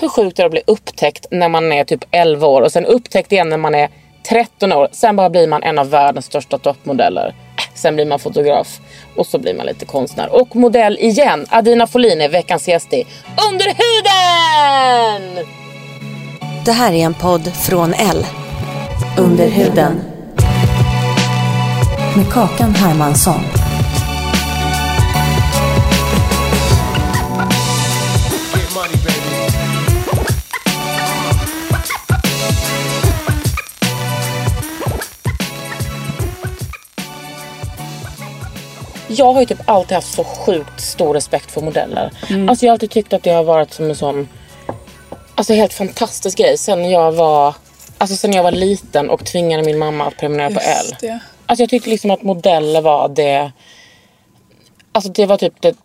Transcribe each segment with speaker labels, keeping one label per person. Speaker 1: Hur sjukt är det att bli upptäckt när man är typ 11 år och sen upptäckt igen när man är 13 år. Sen bara blir man en av världens största toppmodeller. Äh, Sen blir man fotograf och så blir man lite konstnär och modell igen. Adina Folin är veckans gäst i Under huden!
Speaker 2: Det här är en podd från L. Under huden. Med Kakan Hermansson.
Speaker 1: Jag har ju typ alltid haft så sjukt stor respekt för modeller.
Speaker 3: Mm.
Speaker 1: Alltså jag har alltid tyckt att det har varit som en sån alltså helt fantastisk grej sen jag var Alltså sen jag var liten och tvingade min mamma att prenumerera på L.
Speaker 3: Just det.
Speaker 1: Alltså jag tyckte liksom att modeller var det... Alltså det var typ det,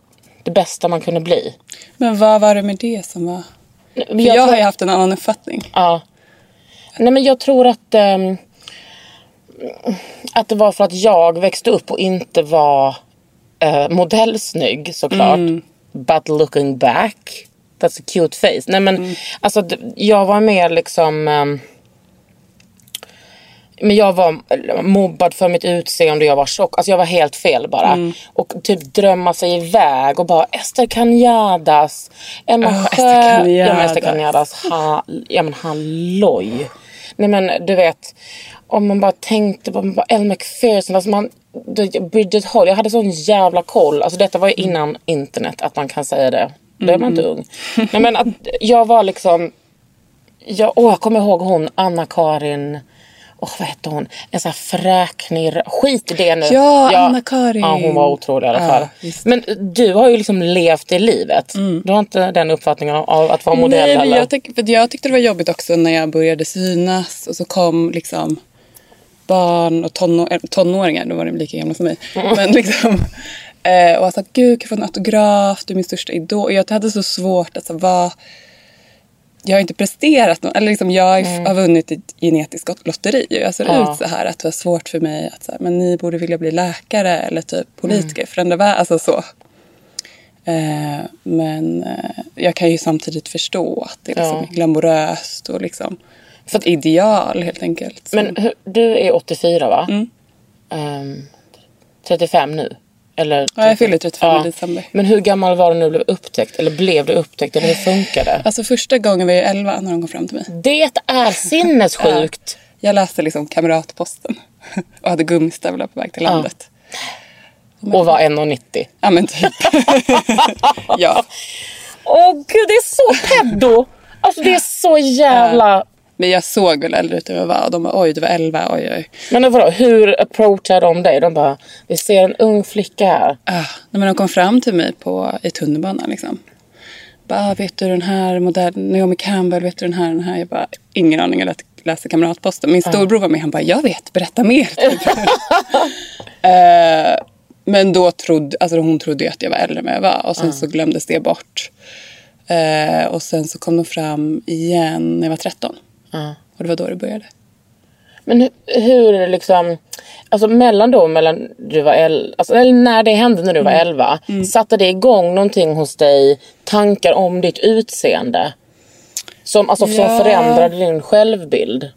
Speaker 1: det bästa man kunde bli.
Speaker 3: Men vad var det med det som var...
Speaker 1: Men
Speaker 3: Jag,
Speaker 1: tror-
Speaker 3: har ju haft en annan uppfattning.
Speaker 1: Ja. Nej men jag tror att... ehm, att det var för att jag växte upp och inte var eh, modellsnygg såklart. But looking back, that's a cute face. Nej men alltså d- jag var mer liksom... ehm, men jag var mobbad för mitt utseende och jag var tjock. Alltså jag var helt fel bara. Och typ drömma sig iväg och bara Ester Canyadas, Emma
Speaker 3: Ja, Esther
Speaker 1: Sjö. Ja, men
Speaker 3: Canyadas.
Speaker 1: Esther Canyadas. Ha, ja men halloj. Nej men du vet. Om man bara tänkte på man bara, Elle McPherson, alltså man, du- Bridget Hall. Jag hade sån jävla koll. Alltså detta var ju innan internet att man kan säga det. Då är man inte ung. Nej men att jag var liksom jag, åh, jag kommer ihåg hon, Anna-Karin. Åh, vad hette hon? En sån här fräknig... Skit i det nu.
Speaker 3: Ja, Anna-Karin.
Speaker 1: Ja, hon var otrolig i alla
Speaker 3: Ja,
Speaker 1: fall.
Speaker 3: visst. Mm.
Speaker 1: men du har ju liksom levt det livet. Du har inte den uppfattningen av- av att vara modell
Speaker 3: Nej, men
Speaker 1: eller?
Speaker 3: jag, tyck, för jag tyckte det var jobbigt också när jag började synas och så kom liksom barn och tonå, äh, tonåringar, då var de lika gamla som mig.
Speaker 1: Mm.
Speaker 3: Men liksom, eh, och jag sa, gud kan jag få en autograf, du är min största idol. Och jag hade så svårt att så, vara... Jag har inte presterat något, eller liksom, jag har vunnit ett genetiskt gott- lotteri. Jag ser
Speaker 1: Mm. Ja.
Speaker 3: ut så här, att det var svårt för mig att så här, men ni borde vilja bli läkare eller typ politiker,
Speaker 1: Mm.
Speaker 3: förändra världen, alltså så. Eh, men eh, jag kan ju samtidigt förstå att det är liksom
Speaker 1: Ja.
Speaker 3: glamoröst och liksom
Speaker 1: För-
Speaker 3: ett ideal helt enkelt. Så-
Speaker 1: Men hur, du är 84 va?
Speaker 3: Mm.
Speaker 1: Ehm, 35 nu? Eller,
Speaker 3: Ja, jag fyller 35 i
Speaker 1: Ja.
Speaker 3: december.
Speaker 1: Men hur gammal var du när du blev upptäckt? Eller blev du upptäckt? Eller hur funkar det?
Speaker 3: Alltså första gången var jag 11 när de kom fram till mig.
Speaker 1: Det är sinnessjukt.
Speaker 3: Jag läste liksom kamratposten och hade gummistövlar på väg till
Speaker 1: Ja.
Speaker 3: landet.
Speaker 1: Och var 1,90.
Speaker 3: Ja men typ. ja.
Speaker 1: Åh gud, det är så peddo! Alltså det är så jävla...
Speaker 3: Men jag såg väl äldre ut än jag var och de bara oj du var 11, oj oj.
Speaker 1: Men vadå, hur approachar de dig? De bara, vi ser en ung flicka här.
Speaker 3: Ah, nej, men de kom fram till mig på, i tunnelbanan. Liksom. Bara, ah, vet du den här modellen, Naomi Campbell, vet du den här, den här? Jag bara, ingen aning, jag lät- läste kamratposten. Min storbror var med, han bara, jag vet, berätta mer. Typ. eh, men då trodde, alltså hon trodde ju att jag var äldre än vad jag var och sen så glömdes det bort. Eh, och sen så kom de fram igen när jag var 13. Och det var då det började.
Speaker 1: Men hur, hur är det liksom, alltså mellan då, mellan du var el, alltså, eller när det hände när du var
Speaker 3: Mm.
Speaker 1: 11, satte det igång någonting hos dig, tankar om ditt utseende? Som, alltså, som
Speaker 3: Ja.
Speaker 1: förändrade din självbild?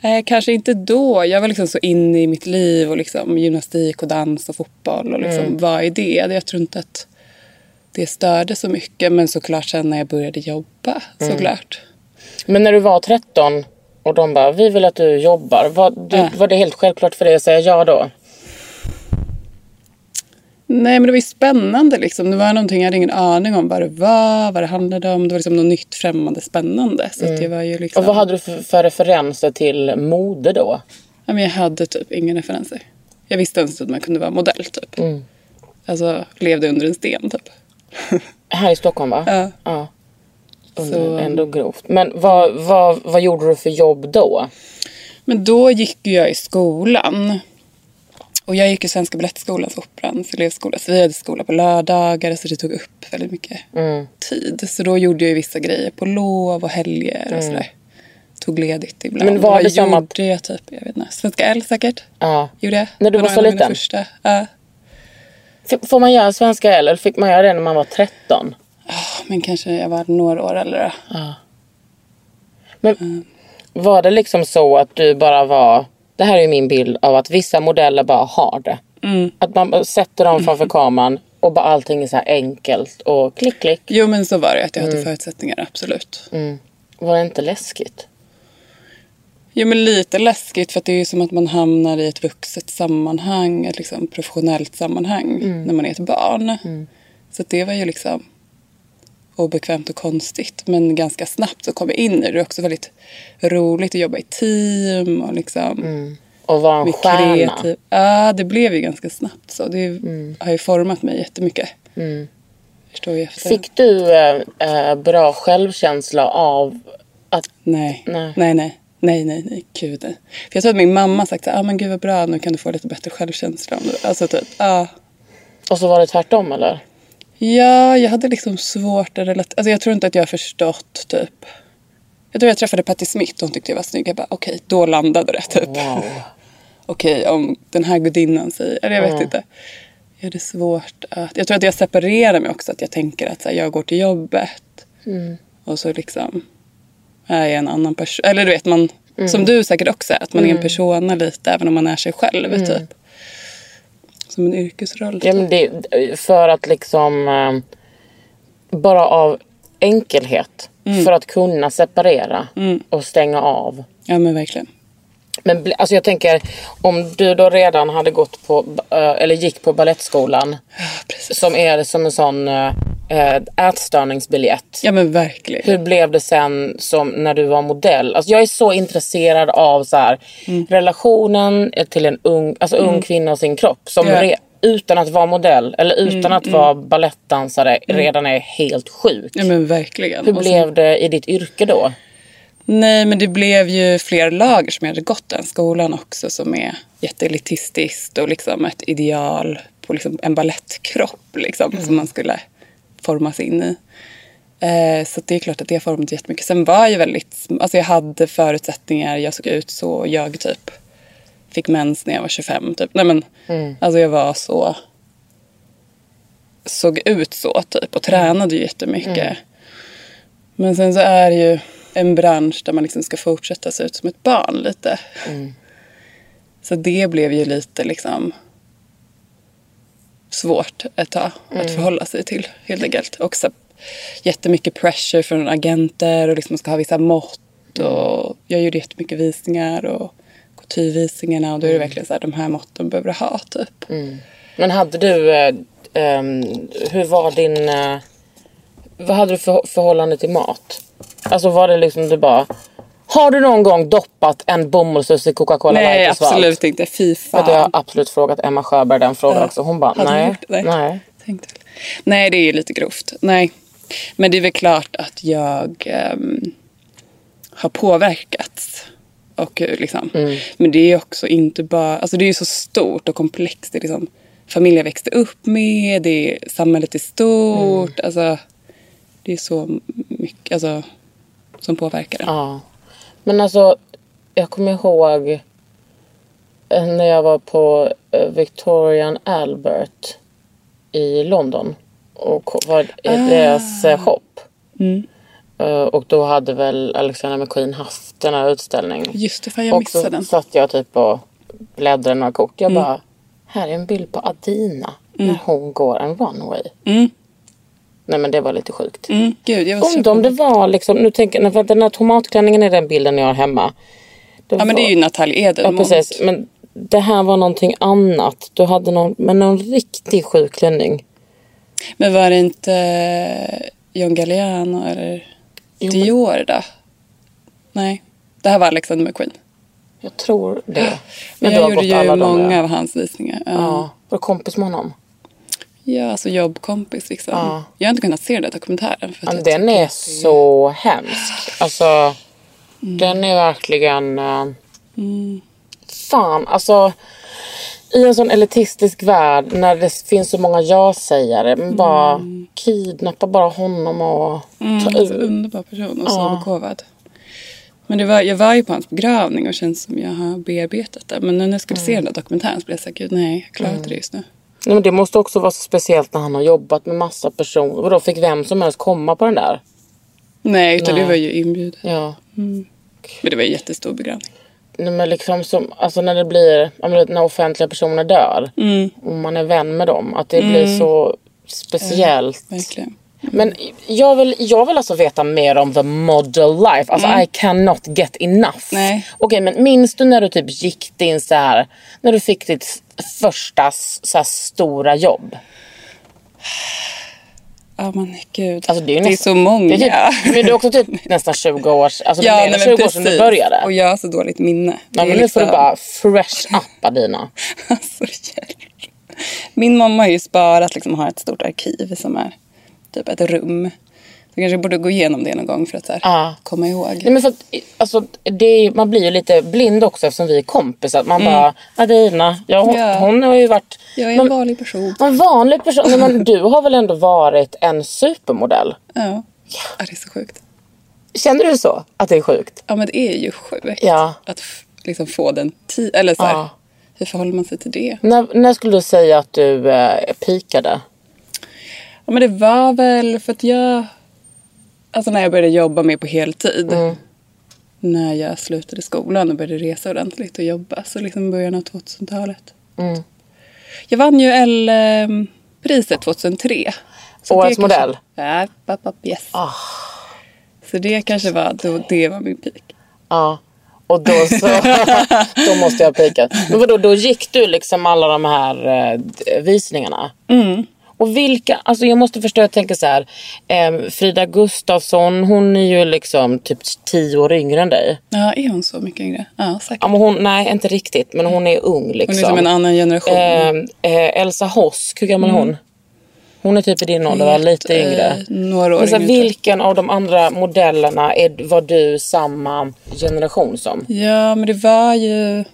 Speaker 3: Nej, Eh, kanske inte då. Jag var liksom så inne i mitt
Speaker 1: Mm.
Speaker 3: liv och liksom gymnastik och dans och fotboll och liksom var i det. Jag tror inte att det störde så mycket. Men såklart sen när jag började jobba,
Speaker 1: Mm.
Speaker 3: såklart.
Speaker 1: Men när du var 13 och de bara, vi vill att du jobbar. Var, du,
Speaker 3: Ja.
Speaker 1: var det helt självklart för dig att säga ja då?
Speaker 3: Nej, men det var ju spännande. Liksom. Det var någonting jag hade ingen aning om vad det var, vad det handlade om. Det var liksom något nytt, främmande, spännande. Så att det var ju liksom...
Speaker 1: Mm. Och vad hade du för, för referenser till mode då?
Speaker 3: ja, men jag hade typ inga referenser. Jag visste ens att man kunde vara modell, typ.
Speaker 1: Mm.
Speaker 3: Alltså, levde under en sten, typ.
Speaker 1: Här i Stockholm va?
Speaker 3: Ja.
Speaker 1: ja. Under,
Speaker 3: Så-
Speaker 1: Ändå grovt. Men vad, vad, vad gjorde du för jobb då?
Speaker 3: Men då gick ju jag i skolan. Och jag gick i Svenska Balettskolans operans elevskola. Så vi hade skola på lördagar så det tog upp väldigt mycket
Speaker 1: Mm.
Speaker 3: tid. Så då gjorde jag ju vissa grejer på lov och helger och sådär. Tog ledigt ibland.
Speaker 1: Mm. Men var
Speaker 3: Vad
Speaker 1: det som att-
Speaker 3: gjorde jag typ? Jag vet inte. Svenska L säkert.
Speaker 1: Ja.
Speaker 3: Gjorde jag.
Speaker 1: När du var
Speaker 3: nog
Speaker 1: så
Speaker 3: en av mina
Speaker 1: liten?
Speaker 3: Första. Ja.
Speaker 1: F- Får man göra svenska L eller fick man göra det när man var 13?
Speaker 3: Men kanske jag var några år äldre då.
Speaker 1: Men var det liksom så att du bara var... Det här är ju min bild av att vissa modeller bara har det.
Speaker 3: Mm.
Speaker 1: Att man bara sätter dem framför kameran och bara allting är så här enkelt och klick klick.
Speaker 3: Jo men så var det att jag
Speaker 1: Mm.
Speaker 3: hade förutsättningar absolut.
Speaker 1: Var det inte läskigt?
Speaker 3: Jo men lite läskigt för att det är ju som att man hamnar i ett vuxet sammanhang, ett liksom professionellt sammanhang när man är ett barn. Så att det var ju liksom obekvämt och konstigt men ganska snabbt så kom jag in i det. Det är också väldigt roligt att jobba i team och liksom
Speaker 1: Och vara en
Speaker 3: bli
Speaker 1: stjärna?
Speaker 3: kreativ. Ja det blev ju ganska snabbt så. Det har ju format mig jättemycket. Mm. Förstår jag efter.
Speaker 1: Fick du eh, eh, bra självkänsla av att...
Speaker 3: Nej.
Speaker 1: Nej.
Speaker 3: Nej. nej, nej. Nej, nej, Gud nej. För jag tror att min mamma sagt så här, ah, men gud vad bra, nu kan du få lite bättre självkänsla. Om du... Alltså typ, ah.
Speaker 1: Och så var det tvärtom eller?
Speaker 3: Ja, jag hade liksom svårt att relatera. Alltså jag tror inte att jag har förstått typ. Jag tror jag träffade Patti Smith och hon tyckte jag var snygg. Jag bara, okej, då landade det typ.
Speaker 1: Wow.
Speaker 3: Okej, om den här gudinnan säger, eller jag vet inte. Jag hade svårt att, jag tror att jag separerar mig också. Att jag tänker att så här, jag går till jobbet.
Speaker 1: Mm.
Speaker 3: Och så liksom är jag en annan person. Eller du vet, man,
Speaker 1: Mm.
Speaker 3: som du säkert också är, att man är en persona lite även om man är sig själv. Typ. Som en yrkesroll.
Speaker 1: Mm. Ja, men det, för att liksom... Eh, bara av enkelhet. För att kunna separera och stänga av.
Speaker 3: Ja men verkligen.
Speaker 1: Men bli- alltså jag tänker, om du då redan hade gått på, eh, eller gick på ballettskolan som är som en sån eh, eh, ätstörningsbiljett.
Speaker 3: Ja men verkligen.
Speaker 1: Hur blev det sen som när du var modell? Alltså jag är så intresserad av så här,
Speaker 3: Mm.
Speaker 1: relationen till en ung, alltså ung kvinna och sin kropp. Som
Speaker 3: Ja. Mm,
Speaker 1: re, utan att vara modell eller utan att vara balettdansare redan är helt sjuk.
Speaker 3: Ja men verkligen.
Speaker 1: Hur
Speaker 3: Och så-
Speaker 1: blev det i ditt yrke då?
Speaker 3: Nej, men det blev ju fler lager som jag hade gått den skolan också som är jätteelitistiskt och liksom ett ideal på liksom en balettkropp liksom,
Speaker 1: Mm.
Speaker 3: som man skulle formas in i. Eh, så det är klart att det har format jättemycket. Sen var jag väldigt, sm- alltså jag hade förutsättningar, jag såg ut så, jag typ fick mens när jag var 25 typ. Nej men,
Speaker 1: Mm.
Speaker 3: alltså jag var så, såg ut så typ och tränade ju jättemycket.
Speaker 1: Mm.
Speaker 3: Men sen så är det ju en bransch där man liksom ska fortsätta se ut som ett barn lite. Så det blev ju lite liksom svårt ett tag att förhålla sig till helt enkelt. Och så jättemycket pressure från agenter och liksom man ska ha vissa mått. Och jag gjorde jättemycket visningar och couturevisningarna och då är det verkligen så här de här måtten behöver du ha typ.
Speaker 1: Men hade du, eh, ehm, hur var din, eh, vad hade du för förhållande till mat? Alltså var det liksom du bara, har du någon gång doppat en bomullsrulle i Coca-Cola
Speaker 3: Nej
Speaker 1: Light i svalt?
Speaker 3: absolut inte, fy
Speaker 1: Vet du, jag har
Speaker 3: fan.
Speaker 1: absolut frågat Emma Sjöberg den frågan
Speaker 3: Ja.
Speaker 1: också. Hon bara,
Speaker 3: Hade hon
Speaker 1: nej,
Speaker 3: gjort
Speaker 1: nej.
Speaker 3: det? Tänkte väl. Nej, det är ju lite grovt. Nej. Men det är väl klart att jag ehm, har påverkats. Och hur, liksom.
Speaker 1: Mm.
Speaker 3: Men det är ju också inte bara... Alltså det är ju så stort och komplext. Det är liksom familj jag växte upp med, det är samhället är stort.
Speaker 1: Mm.
Speaker 3: Alltså, det är så mycket alltså, som påverkar det.
Speaker 1: Ja. Men alltså, jag kommer ihåg eh, när jag var på eh, Victorian Albert i London och ko- var i
Speaker 3: Ah.
Speaker 1: deras eh, shop.
Speaker 3: Mm.
Speaker 1: Eh, Och då hade väl Alexander McQueen haft den här utställningen.
Speaker 3: Just det, fan jag
Speaker 1: och så
Speaker 3: missade den. Mm.
Speaker 1: satt jag typ och bläddrade i några kort. Jag bara, här är en bild på Adina när hon går en runway. Nej men det var lite sjukt.
Speaker 3: Mm. Gud, jag var så...
Speaker 1: Undra om det var liksom, nu tänker jag, för att den här tomatklänningen är den bilden jag har hemma.
Speaker 3: Ja men det är ju Natalie
Speaker 1: Ja
Speaker 3: Edelmont.
Speaker 1: precis, men det här var någonting annat. Du hade någon, men någon riktig sjuk klänning.
Speaker 3: Men var det inte eh, John Galliano eller Dior då? Nej, det här var Alexander McQueen.
Speaker 1: Jag tror det.
Speaker 3: Men
Speaker 1: du
Speaker 3: jag
Speaker 1: har
Speaker 3: gjorde
Speaker 1: gått
Speaker 3: ju
Speaker 1: alla de,
Speaker 3: många
Speaker 1: ja.
Speaker 3: av hans visningar. Ja.
Speaker 1: Ja, var du kompis med honom?
Speaker 3: Ja, alltså jobbkompis liksom.
Speaker 1: Ja.
Speaker 3: Jag har inte kunnat se den där dokumentären. För
Speaker 1: Ja,
Speaker 3: att jag
Speaker 1: den
Speaker 3: tycker
Speaker 1: är
Speaker 3: att det
Speaker 1: så hemsk. Alltså,
Speaker 3: Mm.
Speaker 1: den är verkligen... eh, Fan, alltså. I en sån elitistisk värld när det finns så många ja-sägare.
Speaker 3: Mm.
Speaker 1: Men bara kidnappa bara honom och ta
Speaker 3: Mm, så
Speaker 1: ut.
Speaker 3: underbar person och så begåvad. Men det var, jag var ju på hans begravning och känns som jag har bearbetat det. Men nu när jag skulle
Speaker 1: Mm.
Speaker 3: se den där dokumentären så blev jag såhär, gud nej, jag klarar inte det just nu.
Speaker 1: Nej, men det måste också vara så speciellt när han har jobbat med massa personer. Vadå, fick vem som helst komma på den där?
Speaker 3: Nej, utan
Speaker 1: Nej.
Speaker 3: det var ju inbjudet.
Speaker 1: Ja.
Speaker 3: Men det var ju en jättestor begravning.
Speaker 1: Nej, men liksom som, alltså när det blir, ja, men när offentliga personer dör
Speaker 3: Mm,
Speaker 1: och man är vän med dem, att det blir så speciellt.
Speaker 3: verkligen.
Speaker 1: Men jag vill, jag vill alltså veta mer om the model life. Alltså I cannot get enough.
Speaker 3: Mm. Nej.
Speaker 1: Okej men minns du när du typ gick din så här, när du fick ditt s- första s- så här stora jobb?
Speaker 3: Ja men gud.
Speaker 1: Alltså, det, är ju nästan-
Speaker 3: så många.
Speaker 1: Det är typ, men det är också typ nästan 20 år, alltså
Speaker 3: ja,
Speaker 1: det är
Speaker 3: nej,
Speaker 1: nästan
Speaker 3: men
Speaker 1: 20 år sedan du
Speaker 3: precis.
Speaker 1: började.
Speaker 3: Och jag har så dåligt minne.
Speaker 1: ja,
Speaker 3: Det
Speaker 1: men
Speaker 3: är
Speaker 1: nu får du
Speaker 3: liksom-
Speaker 1: bara fresh up Adina.
Speaker 3: Alltså hjälp. Min mamma har ju sparat, liksom har ett stort arkiv som är typ ett rum. Så kanske jag borde gå igenom det någon gång för att så här,
Speaker 1: Ja.
Speaker 3: komma ihåg.
Speaker 1: Nej, men för att, alltså, det är, man blir ju lite blind också eftersom vi är kompisar. Man bara, Adina, ja, hon,
Speaker 3: Mm. Ja.
Speaker 1: hon har ju varit...
Speaker 3: Jag är en
Speaker 1: men,
Speaker 3: vanlig person.
Speaker 1: En vanlig person. Nej, men du har väl ändå varit en supermodell?
Speaker 3: Ja. ja, det är så sjukt.
Speaker 1: Känner du så? Att det är sjukt?
Speaker 3: Ja, men det är ju sjukt
Speaker 1: Ja.
Speaker 3: att f- liksom få den tid Eller så här,
Speaker 1: Ja.
Speaker 3: hur förhåller man sig till det?
Speaker 1: När, när skulle du säga att du eh, pikade?
Speaker 3: Ja, men det var väl för att jag... Alltså när jag började jobba mer på heltid.
Speaker 1: Mm.
Speaker 3: När jag slutade skolan och började resa ordentligt och jobba. Så liksom början av 2000-talet.
Speaker 1: Mm.
Speaker 3: Jag vann ju L-priset 2003. Så
Speaker 1: Årets
Speaker 3: det
Speaker 1: modell?
Speaker 3: Ja, pop, pop, yes.
Speaker 1: Ah.
Speaker 3: Så det kanske var, då, det var min peak.
Speaker 1: Ja. Och då så... då måste jag ha pikat. Men vadå, då gick du liksom alla de här eh, d- visningarna? Mm. Och vilka, alltså jag måste förstå, jag tänker så här. Eh, Frida Gustafsson, hon är ju liksom typ tio år yngre än dig.
Speaker 3: Ja, är hon så mycket yngre? Ja, säkert.
Speaker 1: Ja, men hon, nej, inte riktigt, men hon är ung liksom.
Speaker 3: Hon är som en annan generation.
Speaker 1: Eh, eh, Elsa Hosk, hur gammal är
Speaker 3: Mm.
Speaker 1: hon? Hon är typ i din ålder, va? lite
Speaker 3: eh,
Speaker 1: yngre.
Speaker 3: några år
Speaker 1: men så här,
Speaker 3: yngre, tror jag.
Speaker 1: vilken av de andra modellerna är, var du samma generation som?
Speaker 3: Ja, men det var ju... Alltså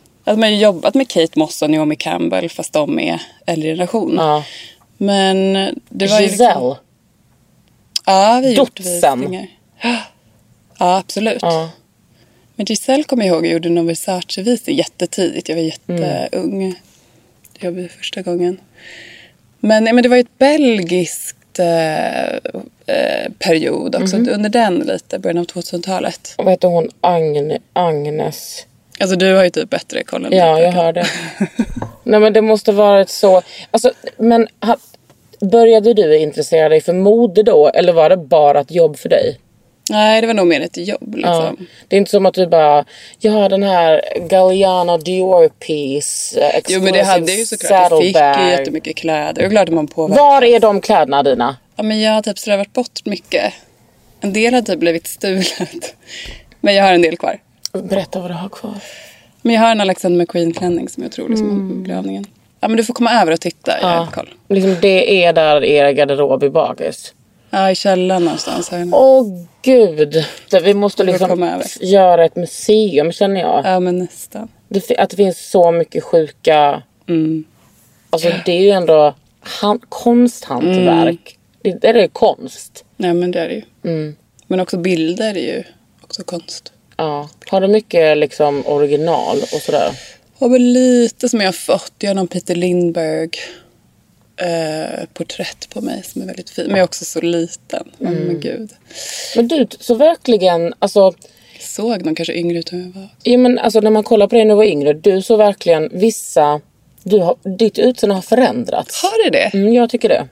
Speaker 3: man har ju jobbat med Kate Moss och Naomi Campbell fast de är äldre generation.
Speaker 1: Ja.
Speaker 3: Men det var ju...
Speaker 1: Giselle.
Speaker 3: Liksom, ja, vi har gjort
Speaker 1: Dotsen.
Speaker 3: visningar. Ja, absolut.
Speaker 1: Ja.
Speaker 3: Men Giselle kommer jag ihåg, jag gjorde någon Versace-visning jättetidigt. Jag
Speaker 1: Mm.
Speaker 3: var jätteung. Det jobbade jag första gången. Men, men det var ju ett belgiskt eh, eh, period också.
Speaker 1: Mhm.
Speaker 3: Under den lite, början av 2000-talet.
Speaker 1: Vad heter hon? Agne, Agnes.
Speaker 3: Alltså du har ju typ bättre koll än
Speaker 1: Ja,
Speaker 3: mig.
Speaker 1: jag hörde. Nej, men det måste varit så. Alltså, men ha, började du intressera dig för mode då? Eller var det bara ett jobb för dig?
Speaker 3: Nej, det var nog mer ett jobb
Speaker 1: Ja.
Speaker 3: liksom.
Speaker 1: Det är inte som att du bara, jag har den här Galliano Dior piece, eh,
Speaker 3: Jo men det hade jag ju
Speaker 1: exclusive
Speaker 3: såklart. Jag fick ju
Speaker 1: saddlebag.
Speaker 3: jättemycket kläder. Det är klart att man påverkar.
Speaker 1: Var är de kläderna dina?
Speaker 3: Ja, men jag har typ slarvat bort mycket. En del har typ blivit stulet. Men jag har en del kvar.
Speaker 1: Berätta vad du har kvar.
Speaker 3: Men jag har en Alexander McQueen-klänning som är otrolig som mm. begravningen. Ja men du får komma över och titta. Jag har inte koll.
Speaker 1: Liksom det är där i er garderob i bakis.
Speaker 3: Ja i källaren någonstans. Har jag en.
Speaker 1: Åh gud. Det- Vi måste
Speaker 3: Vi får
Speaker 1: liksom
Speaker 3: komma över.
Speaker 1: göra ett museum känner jag.
Speaker 3: Ja men nästan.
Speaker 1: Det, fi- att det finns så mycket sjuka...
Speaker 3: Mm.
Speaker 1: Alltså det är ju ändå han, konsthantverk.
Speaker 3: Mm.
Speaker 1: Det, det är ju konst.
Speaker 3: Nej men det är det ju.
Speaker 1: Mm.
Speaker 3: Men också bilder är ju också konst.
Speaker 1: Ja. Har du mycket liksom original och sådär?
Speaker 3: Ja, men lite som jag har fått. Jag har någon Peter Lindberg eh, porträtt på mig som är väldigt fin. Men jag är också så liten. Mm. Men gud.
Speaker 1: Men du, så verkligen, alltså,
Speaker 3: Såg någon kanske yngre ut än jag var.
Speaker 1: ja, men, alltså när man kollar på dig när du var yngre, du så verkligen vissa, du har, ditt utseende har förändrats.
Speaker 3: Har det det?
Speaker 1: Mm, jag tycker det.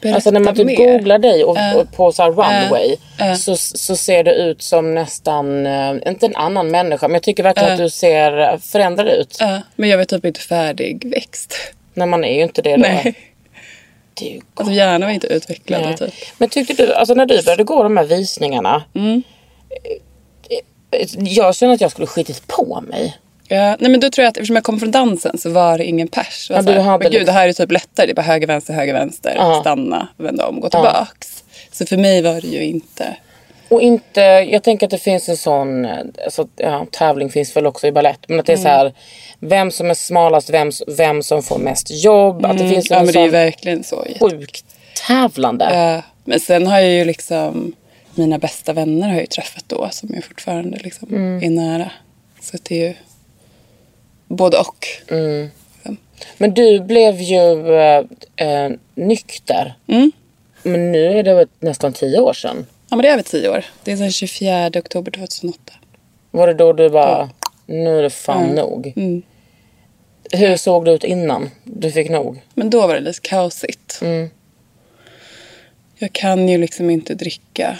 Speaker 3: Berätta
Speaker 1: Alltså när man typ
Speaker 3: mer.
Speaker 1: googlar dig och,
Speaker 3: Eh,
Speaker 1: och på så här runway
Speaker 3: eh.
Speaker 1: så, så ser du ut som nästan, eh, inte en annan människa men jag tycker verkligen att du ser förändrad ut.
Speaker 3: Ja, men jag var typ inte färdigväxt.
Speaker 1: När man är ju inte det då.
Speaker 3: Nej.
Speaker 1: Det är ju gott.
Speaker 3: Alltså hjärnan var inte utvecklad.
Speaker 1: Nej.
Speaker 3: och Typ.
Speaker 1: Men tyckte du, alltså när du började gå de här visningarna.
Speaker 3: Mm.
Speaker 1: eh, eh, Jag känner att jag skulle skitit på mig.
Speaker 3: Ja, nej men då tror jag att eftersom jag kom från dansen så var det ingen pers. Det var
Speaker 1: Ja,
Speaker 3: så här,
Speaker 1: du hade
Speaker 3: men gud,
Speaker 1: liksom-
Speaker 3: det här är typ lättare. Det är bara höger, vänster, höger, vänster.
Speaker 1: Ja.
Speaker 3: Stanna, vända om, gå tillbaks. Så för mig var det ju inte...
Speaker 1: Och inte, jag tänker att det finns en sån, eh, alltså, ja, tävling finns väl också i ballett men att det är
Speaker 3: Mm.
Speaker 1: så här vem som är smalast, vem, s- vem som får mest jobb. Att det finns
Speaker 3: Mm. ja,
Speaker 1: en
Speaker 3: men det är ju
Speaker 1: sån
Speaker 3: verkligen så.
Speaker 1: sjukt tävlande.
Speaker 3: Ja, Eh, men sen har jag ju liksom... Mina bästa vänner har jag ju träffat då som jag fortfarande liksom är nära. Så att det är ju både och.
Speaker 1: Men du blev ju eh, eh, nykter.
Speaker 3: Mm.
Speaker 1: Men nu är det väl nästan tio år sedan.
Speaker 3: Ja, men det är över tio år. Det är sen 24 oktober 2008.
Speaker 1: Var det då du bara, nu är det fan nog.
Speaker 3: Mm.
Speaker 1: Hur såg det ut innan du fick nog?
Speaker 3: Men då var det lite kaosigt.
Speaker 1: Mm.
Speaker 3: Jag kan ju liksom inte dricka.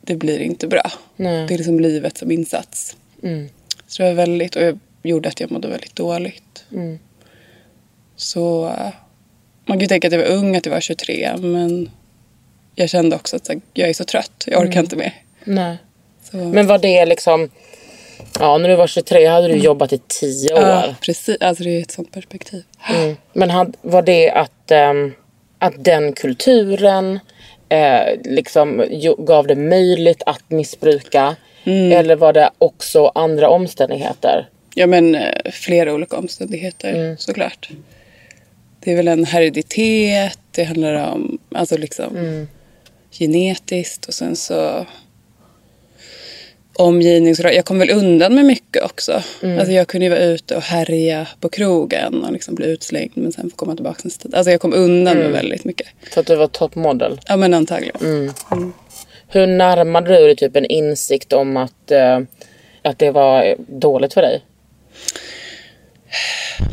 Speaker 3: Det blir inte bra.
Speaker 1: Nej.
Speaker 3: Det är liksom livet som insats.
Speaker 1: Mm.
Speaker 3: Så det var väldigt, och jag gjorde att jag mådde väldigt dåligt.
Speaker 1: Mm.
Speaker 3: Så eh, man kan ju tänka att jag var ung, att jag var 23. Men jag kände också att så här, jag är så trött. Jag orkar inte mer.
Speaker 1: Nej.
Speaker 3: Så,
Speaker 1: Mm. Men var det liksom, ja när du var 23 hade du jobbat i tio
Speaker 3: Mm. Ja,
Speaker 1: år.
Speaker 3: precis. Alltså det är ett sånt perspektiv.
Speaker 1: Mm. Men had, var det att, ehm, att den kulturen eh, liksom jo, gav det möjligt att missbruka?
Speaker 3: Mm.
Speaker 1: Eller var det också andra omständigheter?
Speaker 3: Ja men eh, flera olika omständigheter såklart. Det är väl en hereditet, det handlar om alltså liksom genetiskt och sen så omgivning. så där. Jag kom väl undan med mycket också. Alltså jag kunde ju vara ute och härja på krogen och liksom bli utslängd men sen få komma tillbaka en stund. Alltså jag kom undan med väldigt mycket.
Speaker 1: För att du var toppmodell.
Speaker 3: Ja men antagligen.
Speaker 1: Hur närmade du dig typ en insikt om att, eh, att det var eh, dåligt för dig?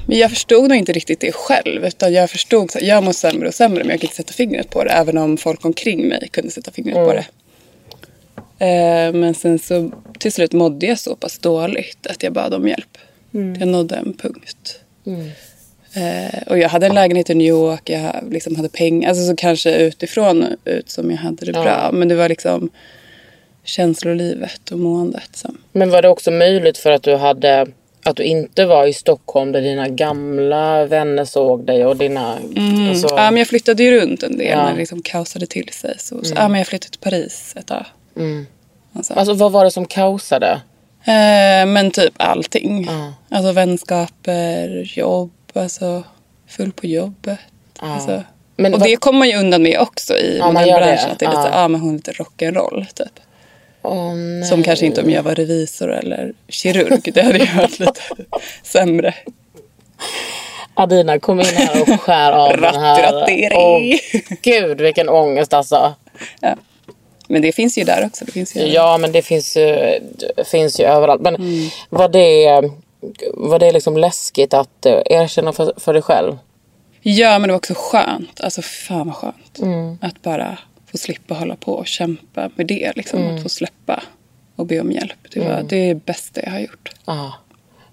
Speaker 3: Men jag förstod nog inte riktigt det själv. Utan jag förstod att jag mår sämre och sämre men jag kan inte sätta fingret på det. Även om folk omkring mig kunde sätta fingret på det. Eh, men sen så till slut mådde jag så pass dåligt att jag bad om hjälp. Jag nådde en punkt. Eh, och jag hade en lägenhet i New York, jag liksom hade pengar. Alltså så kanske utifrån ut som jag hade det bra. Men det var liksom känslolivet och måendet som
Speaker 1: Men var det också möjligt för att du hade att du inte var i Stockholm där dina gamla vänner såg dig och dina... Mm. Alltså,
Speaker 3: Ja, men jag flyttade ju runt en del
Speaker 1: Ja. Mm.
Speaker 3: när det liksom kaosade till sig. Så, så, ja, men jag flyttade till Paris ett tag. Alltså.
Speaker 1: alltså vad var det som kaosade?
Speaker 3: Eh, men typ allting.
Speaker 1: Ja.
Speaker 3: Alltså vänskaper, jobb, alltså full på jobbet. Alltså.
Speaker 1: Men
Speaker 3: och
Speaker 1: vad-
Speaker 3: det kommer man ju undan med också i
Speaker 1: Ja, man gör det.
Speaker 3: modellbranschen. Att det är lite,
Speaker 1: Ja.
Speaker 3: ja. men hon är lite rock'n'roll typ.
Speaker 1: Åh, nej.
Speaker 3: Som kanske inte om jag var revisor eller kirurg. Det hade ju varit lite sämre.
Speaker 1: Adina kom in här och skär av den här.
Speaker 3: Rattirattering.
Speaker 1: gud vilken ångest alltså.
Speaker 3: Men det finns ju där också. Det finns ju
Speaker 1: Ja men det finns ju, det finns ju överallt. Men
Speaker 3: Mm.
Speaker 1: var det, var det liksom läskigt att eh, erkänna för, för dig själv?
Speaker 3: Ja, men det var också skönt. Alltså fan vad skönt.
Speaker 1: Mm.
Speaker 3: Att bara få slippa hålla på och kämpa med det. Liksom.
Speaker 1: Mm.
Speaker 3: Att få släppa och be om hjälp. Det, var, det är det bästa jag har gjort.
Speaker 1: Ja. Ah.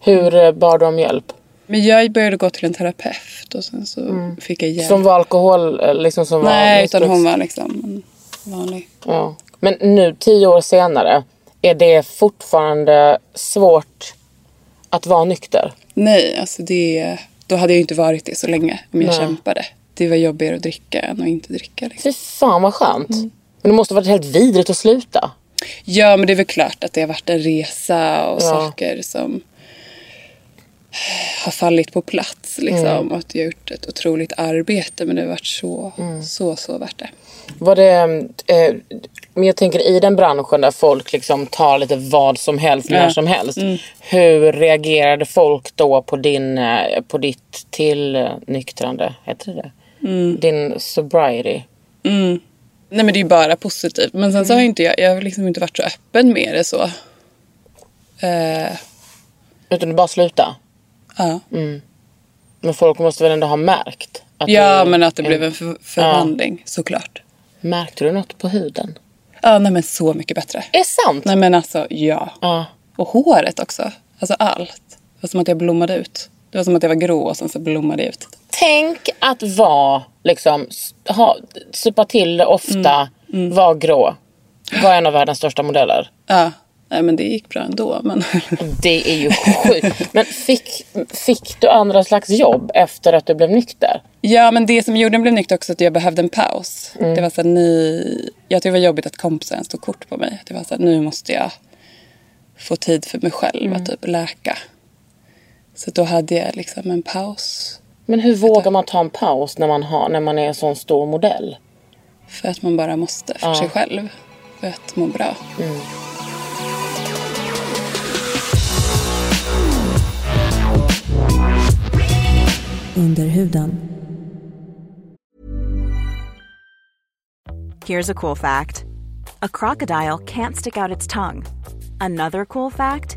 Speaker 1: Hur eh, bad du om hjälp?
Speaker 3: Men jag började gå till en terapeut och sen så fick jag hjälp.
Speaker 1: Mm. Som var alkohol eh, liksom som var
Speaker 3: Nej, utan
Speaker 1: missbruks-
Speaker 3: hon var liksom en vanlig.
Speaker 1: Ja. Men nu, tio år senare, är det fortfarande svårt att vara nykter?
Speaker 3: Nej, alltså det... Då hade jag ju inte varit det så länge om jag
Speaker 1: Nej.
Speaker 3: kämpade. Det var jobbigare att dricka än att inte dricka. Liksom.
Speaker 1: Fy fan vad skönt.
Speaker 3: Mm.
Speaker 1: Men det måste ha varit helt vidrigt att sluta.
Speaker 3: Ja, men det är väl klart att det har varit en resa och
Speaker 1: Ja.
Speaker 3: saker som har fallit på plats. Liksom. Och att jag har gjort ett otroligt arbete, men det har varit så, så, så värt det.
Speaker 1: Var det, eh, men jag tänker i den branschen där folk liksom tar lite vad som helst när
Speaker 3: Ja.
Speaker 1: som helst. Hur reagerade folk då på, din, eh, på ditt tillnyktrande? Heter det det? Din sobriety?
Speaker 3: Mm. Nej, men det är ju bara positivt. Men sen så har ju inte jag, jag har liksom inte varit så öppen med det så. Eh,
Speaker 1: Utan du bara sluta?
Speaker 3: ja.
Speaker 1: Men folk måste väl ändå ha märkt? Att
Speaker 3: Ja,
Speaker 1: du-
Speaker 3: men att det blev en för- förvandling såklart.
Speaker 1: Märkte du något på huden?
Speaker 3: Ja, nej men så mycket bättre.
Speaker 1: Är det sant?
Speaker 3: Nej men alltså, ja.
Speaker 1: Ja.
Speaker 3: Och håret också. Alltså allt. Det var som att jag blommade ut. Det var som att jag var grå och sen så blommade jag ut.
Speaker 1: Tänk att vara, liksom, s- ha, supa till ofta, vara grå. Vara en av världens största modeller.
Speaker 3: Ja, nej men det gick bra ändå. Men
Speaker 1: Det är ju sjukt. Men fick, fick du andra slags jobb efter att du blev nykter?
Speaker 3: Ja, men det som gjorde mig blev nykter också att jag behövde en paus.
Speaker 1: Mm.
Speaker 3: Det var så här, ni... Jag tyckte det var jobbigt att kompisar ens tog kort på mig. Det var så här, nu måste jag få tid för mig själv
Speaker 1: Mm.
Speaker 3: att typ läka. Så då hade jag liksom en paus.
Speaker 1: Men hur vågar man ta en paus när man, har, när man är en sån stor modell?
Speaker 3: För att man bara måste för sig själv. För att må bra.
Speaker 4: Under huden.
Speaker 5: Here's a cool fact a crocodile can't stick out its tongue. Another cool fact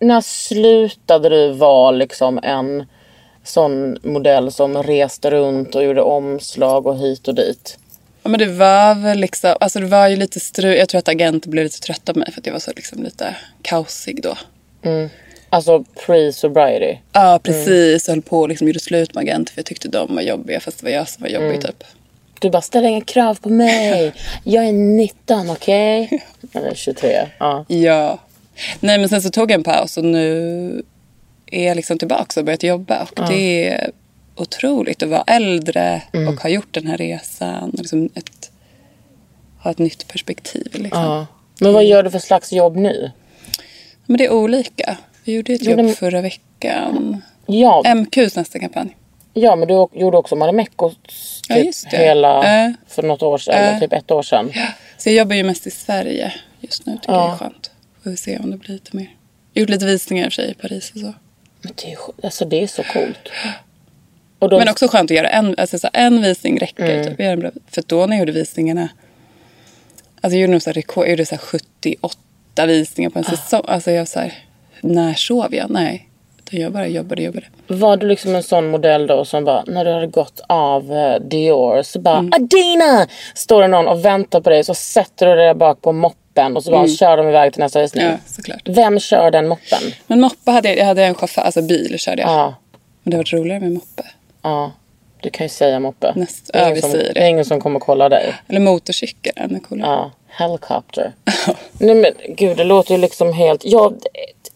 Speaker 1: När slutade du vara liksom en sån modell som reste runt och gjorde omslag och hit och dit?
Speaker 3: Ja, men det var väl liksom, alltså det var ju lite strul. Jag tror att agenter blev lite trötta på mig för att jag var så liksom lite kaosig då.
Speaker 1: Alltså pre-sobriety.
Speaker 3: Ja, precis. Höll på och liksom gjorde slut med agenter för jag tyckte de var jobbiga fast det var jag som var jobbig typ.
Speaker 1: Du bara, ställ inga krav på mig. Jag är 19, okej? Eller 23. Ja.
Speaker 3: Ja. Nej men sen så tog jag en paus och nu är jag liksom tillbaka och börjat jobba. Och det är otroligt att vara äldre och ha gjort den här resan. Och liksom ett, ha ett nytt perspektiv liksom.
Speaker 1: Ja. Men vad gör du för slags jobb nu?
Speaker 3: Men det är olika. Vi gjorde ett jobb
Speaker 1: men-
Speaker 3: förra veckan.
Speaker 1: Ja,
Speaker 3: Äh, MQs nästa kampanj.
Speaker 1: ja men du å- gjorde också Marimekko s-
Speaker 3: Ja,
Speaker 1: typ
Speaker 3: just det.
Speaker 1: hela
Speaker 3: Äh.
Speaker 1: för något år sedan, eller
Speaker 3: Äh.
Speaker 1: typ ett år sedan.
Speaker 3: Så jag jobbar ju mest i Sverige just nu. Tycker
Speaker 1: Ja.
Speaker 3: jag är skönt. Får vi se om det blir lite mer. Jag har gjort lite visningar i och för sig i Paris och så.
Speaker 1: Men det är, ju sj- alltså det är så coolt. Och då,
Speaker 3: Men också skönt att göra en, alltså så här, en visning räcker.
Speaker 1: Mm.
Speaker 3: Typ. Jag gör en bra- För då när jag gjorde visningarna. Alltså jag gjorde nog så här rekord. Jag gjorde så här 78 visningar
Speaker 1: Ah.
Speaker 3: på en säsong. Alltså jag så här, när sov jag? Nej. Utan jag bara jobbade, jobbade.
Speaker 1: Var du liksom en sån modell då som bara, när du hade gått av eh, Dior så bara
Speaker 3: Mm.
Speaker 1: Adina! Står det någon och väntar på dig så sätter du dig där bak på moppen och så bara kör de iväg till nästa visning.
Speaker 3: Mm. Ja, såklart.
Speaker 1: Vem kör den moppen?
Speaker 3: Men moppe hade jag, jag hade en chaufför, alltså bil körde jag.
Speaker 1: Ja,
Speaker 3: Men det var roligare med moppe.
Speaker 1: ja. Du kan ju säga moppe.
Speaker 3: Näst-
Speaker 1: det, är
Speaker 3: ja,
Speaker 1: ingen
Speaker 3: vi
Speaker 1: som,
Speaker 3: säger
Speaker 1: det
Speaker 3: det.
Speaker 1: är ingen som kommer kolla dig.
Speaker 3: Eller motorcykel, ännu coolare.
Speaker 1: Ja, helicopter. Nej men gud, det låter ju liksom helt... Ja, d-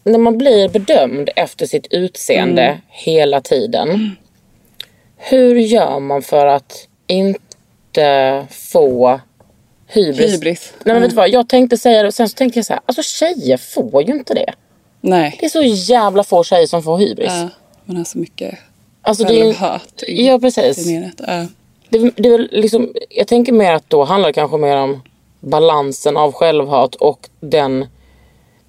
Speaker 1: när man blir bedömd efter sitt utseende
Speaker 3: Mm.
Speaker 1: hela tiden. Hur gör man för att inte få hybris?
Speaker 3: Hybris. Mm.
Speaker 1: Nej men vet du vad, jag tänkte säga det och sen så tänkte jag så här, alltså tjejer får ju inte det.
Speaker 3: Nej.
Speaker 1: Det är så jävla få tjejer som får hybris.
Speaker 3: Ja, man har så mycket
Speaker 1: alltså det är ju...
Speaker 3: självhat i
Speaker 1: Ja precis.
Speaker 3: internet. Ja.
Speaker 1: Det, det är väl liksom, jag tänker mer att då handlar det kanske mer om balansen av självhat och den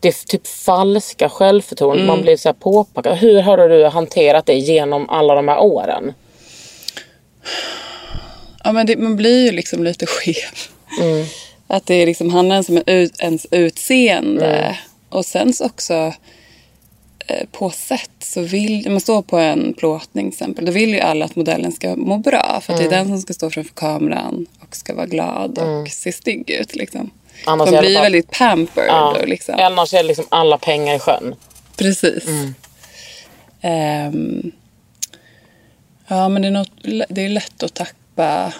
Speaker 1: det f- typ falska självförtroendet.
Speaker 3: Mm.
Speaker 1: Man blir så här påpackad. Hur har du hanterat det genom alla de här åren?
Speaker 3: Ja, men det, man blir ju liksom lite skev.
Speaker 1: Mm.
Speaker 3: Att det liksom handlar ens om ut, ens utseende.
Speaker 1: Mm.
Speaker 3: Och sen så också eh, på sätt så vill... När man står på en plåtning till exempel, då vill ju alla att modellen ska må bra. För att
Speaker 1: Mm.
Speaker 3: det är den som ska stå framför kameran och ska vara glad och se snygg ut. Liksom.
Speaker 1: Annars är
Speaker 3: man
Speaker 1: det
Speaker 3: blir ju
Speaker 1: bara-
Speaker 3: väldigt pampered. Och liksom.
Speaker 1: Annars är liksom alla pengar i sjön.
Speaker 3: Precis. Ehm, ja, men det är, något, det är lätt att tacka tappa,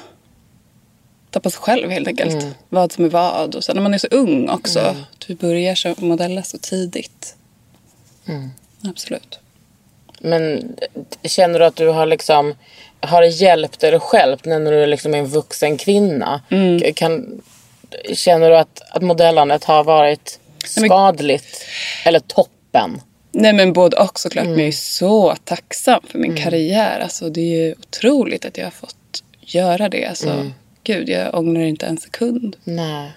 Speaker 3: tappa sig själv helt enkelt. Vad som är vad. Och sen när man är så ung också. att Du börjar som modella så tidigt. Absolut.
Speaker 1: Men känner du att du har liksom har det hjälpt eller skälpt när du liksom är en vuxen kvinna?
Speaker 3: Mm.
Speaker 1: Kan, känner du att, att modellandet har varit
Speaker 3: men-
Speaker 1: skadligt eller toppen?
Speaker 3: Nej men både och såklart. Men jag är så tacksam för min karriär. Alltså det är ju otroligt att jag har fått göra det. Alltså, Gud, jag ångrar inte en sekund.
Speaker 1: Nej.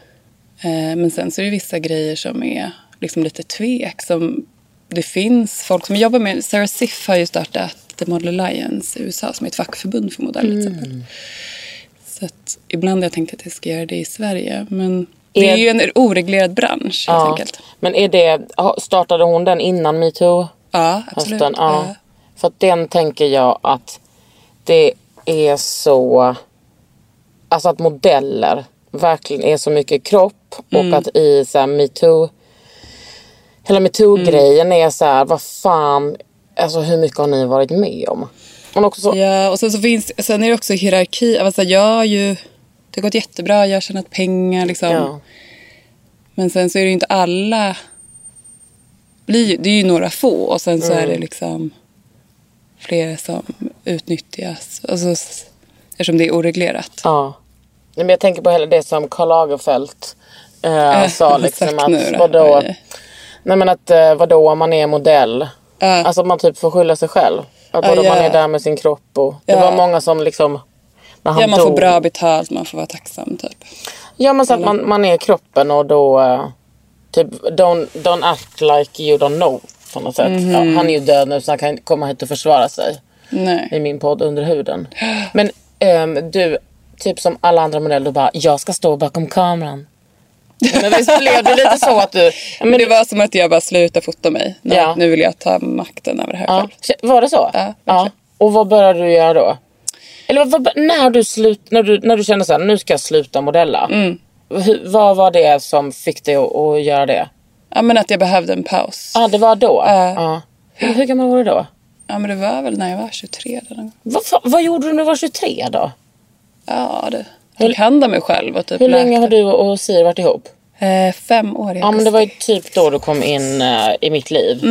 Speaker 3: Eh, Men sen så är det vissa grejer som är liksom lite tvek. Som det finns folk som jobbar med... Sarah Siff har ju startat The Model Alliance i USA som är ett fackförbund för modeller till exempel.
Speaker 1: Mm.
Speaker 3: Så att ibland har jag tänkt att jag ska göra det i Sverige. Men det är ju en oreglerad bransch helt enkelt.
Speaker 1: Men är det, ha- startade hon den innan metoo?
Speaker 3: Ja, absolut.
Speaker 1: hösten. Ja.
Speaker 3: Ja.
Speaker 1: För att den tänker jag att det är så... Alltså att modeller verkligen är så mycket kropp och att i så här metoo... Hela metoo-grejen är så här, vad fan, alltså hur mycket har ni varit med om? Men också så,
Speaker 3: Ja, och sen, så finns, sen är det också hierarki. Alltså, jag har ju, det har gått jättebra, jag har tjänat pengar. Liksom.
Speaker 1: ja.
Speaker 3: Men sen så är det ju inte alla... blir ju- Det är ju några få och sen så är det liksom flera som utnyttjas. Alltså, s- eftersom det är oreglerat.
Speaker 1: Ja. Nej, Men jag tänker på hela det som Karl Lagerfeld eh,
Speaker 3: Äh,
Speaker 1: sa.
Speaker 3: vad
Speaker 1: Liksom,
Speaker 3: sagt
Speaker 1: att,
Speaker 3: nu då?
Speaker 1: vadå,
Speaker 3: Oj.
Speaker 1: nej, men att, eh, vadå om man är modell?
Speaker 3: Äh.
Speaker 1: Alltså att man typ får skylla sig själv. Att
Speaker 3: Ja,
Speaker 1: vadå, man
Speaker 3: ja.
Speaker 1: är där med sin kropp. Och, det
Speaker 3: Ja.
Speaker 1: var många som liksom... När han
Speaker 3: Ja, man får
Speaker 1: dog-
Speaker 3: bra Mm. betalt, man får vara tacksam. Typ.
Speaker 1: Ja men så att man, man är kroppen och då... eh, typ don't, don't act like you don't know. På något sätt.
Speaker 3: Mhm.
Speaker 1: Ja, han är ju död nu så han kan inte komma hit och försvara sig i
Speaker 3: Nej.
Speaker 1: min podd Under huden. Men ehm, du, typ som alla andra modeller, du bara jag ska stå bakom kameran. Men visst blev det lite så att du...
Speaker 3: Men det var som att jag bara slutade fota mig. Nej,
Speaker 1: Ja.
Speaker 3: Nu vill jag ta makten över det här
Speaker 1: Ja.
Speaker 3: själv.
Speaker 1: Var det så?
Speaker 3: Ja, verkligen.
Speaker 1: Och vad började du göra då? Eller vad, vad- när, du slut, när, du, när du kände så här, nu ska jag sluta modella.
Speaker 3: Mm.
Speaker 1: Hur, vad var det som fick dig att, att göra det?
Speaker 3: Ja, men att jag behövde en paus.
Speaker 1: Ja, ah, det var då?
Speaker 3: Ja.
Speaker 1: Ja. Hur, hur gammal var du då?
Speaker 3: Ja, men det var väl när jag var 23. Eller någon.
Speaker 1: Vad, fa- vad gjorde du när du var 23 då?
Speaker 3: Ja, det. Jag tog hand om mig själv och typ
Speaker 1: Hur länge
Speaker 3: läkte.
Speaker 1: har du och och Siri varit ihop?
Speaker 3: Eh, fem år i
Speaker 1: Ja, men det
Speaker 3: augusti. Mm.
Speaker 1: var ju typ då du kom in eh, i mitt liv.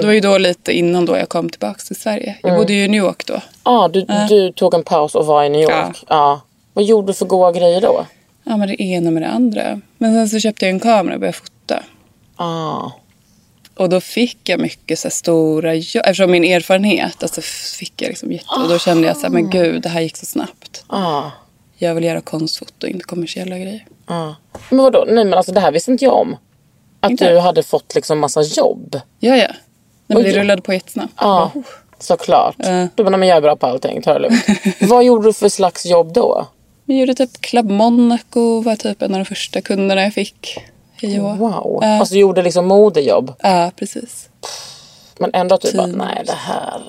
Speaker 3: Det var ju då lite innan då jag kom tillbaka till Sverige.
Speaker 1: Mm.
Speaker 3: Jag bodde ju i New York då.
Speaker 1: Ja, du, du tog en paus och var i New
Speaker 3: Ja.
Speaker 1: York. Ja. Vad gjorde du för goa grejer då?
Speaker 3: Ja, men det ena med det andra. Men sen så köpte jag en kamera och började fota.
Speaker 1: Ah.
Speaker 3: Och då fick jag mycket så här stora jobb. Eftersom min erfarenhet, alltså f- fick jag liksom jätte... Och då kände jag så här, men gud, det här gick så snabbt.
Speaker 1: Ah.
Speaker 3: Jag vill göra konstfoto, inte kommersiella grejer.
Speaker 1: Ja. ah. Men vadå? Nej men alltså det här visste inte jag om. Att
Speaker 3: Inte?
Speaker 1: du hade fått liksom massa jobb.
Speaker 3: Ja, ja. Nej,
Speaker 1: Oj.
Speaker 3: men det rullade på jättesnabbt.
Speaker 1: Ja, såklart.
Speaker 3: Oh. Ja.
Speaker 1: Du bara, nej men jag är bra på allting, ta det lugnt. Vad gjorde du för slags jobb då?
Speaker 3: Vi gjorde typ Club Monaco, var typ en av de första kunderna jag fick. Hej och hå.
Speaker 1: Wow.
Speaker 3: Oh. Ja.
Speaker 1: Alltså du gjorde liksom modejobb.
Speaker 3: Ja, precis.
Speaker 1: Men ändå att du bara,
Speaker 3: Typ.
Speaker 1: nej det här,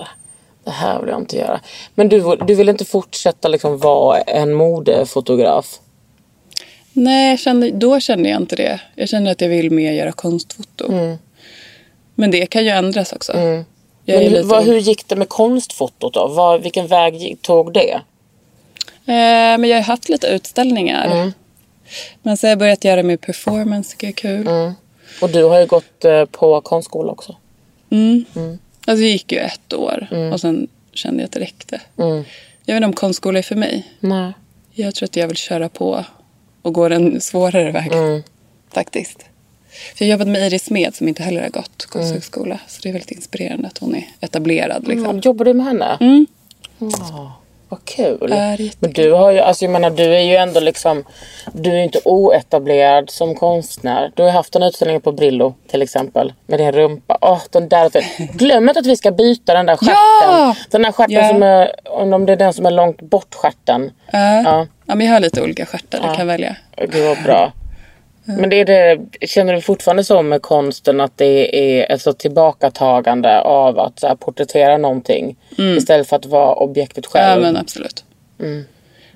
Speaker 1: det här vill jag inte göra. Men du, du ville inte fortsätta liksom vara en modefotograf?
Speaker 3: Nej, jag kände, då kände jag inte det. Jag kände att jag vill mer göra konstfoto.
Speaker 1: Mm.
Speaker 3: Men det kan ju ändras också. Jag
Speaker 1: Men
Speaker 3: är
Speaker 1: hur,
Speaker 3: lite
Speaker 1: vad,
Speaker 3: ung.
Speaker 1: hur gick det med konstfotot då? Vad, vilken väg gick- tog det?
Speaker 3: Eh, men jag har haft lite utställningar.
Speaker 1: Mm.
Speaker 3: Men så har jag börjat göra mer performance, tycker jag är kul.
Speaker 1: Mm. Och du har ju gått eh, på konstskola också. Mm.
Speaker 3: Alltså jag gick ju ett år och sen kände jag att det räckte.
Speaker 1: Mm.
Speaker 3: Jag vet inte om konstskola är för mig.
Speaker 1: Nej.
Speaker 3: Jag tror att jag vill köra på och gå den svårare vägen.
Speaker 1: Mm.
Speaker 3: Faktiskt. För jag har jobbat med Iris Smed som inte heller har gått
Speaker 1: Mm.
Speaker 3: konsthögskola. Så det är väldigt inspirerande att hon är etablerad. Liksom.
Speaker 1: Ja, jobbar du med henne? Mm. vad kul.
Speaker 3: Ja, det är jättekul.
Speaker 1: Men du har ju, alltså jag menar du är ju ändå liksom, du är ju inte oetablerad som konstnär. Du har haft en utställning på Brillo till exempel med din rumpa. Åh, den där, glöm inte att vi ska byta den där stjärten.
Speaker 3: Ja!
Speaker 1: Den där stjärten
Speaker 3: Ja.
Speaker 1: som är, om det är den som är långt bort stjärten.
Speaker 3: Ja.
Speaker 1: Ja.
Speaker 3: Ja, men jag har lite olika stjärtar jag kan välja.
Speaker 1: Gud vad bra. Men det är det, känner du fortfarande så med konsten att det är ett så tillbakatagande av att så här, porträttera någonting istället för att vara objektet
Speaker 3: Mm. Ja,
Speaker 1: själv?
Speaker 3: men absolut.
Speaker 1: Mm.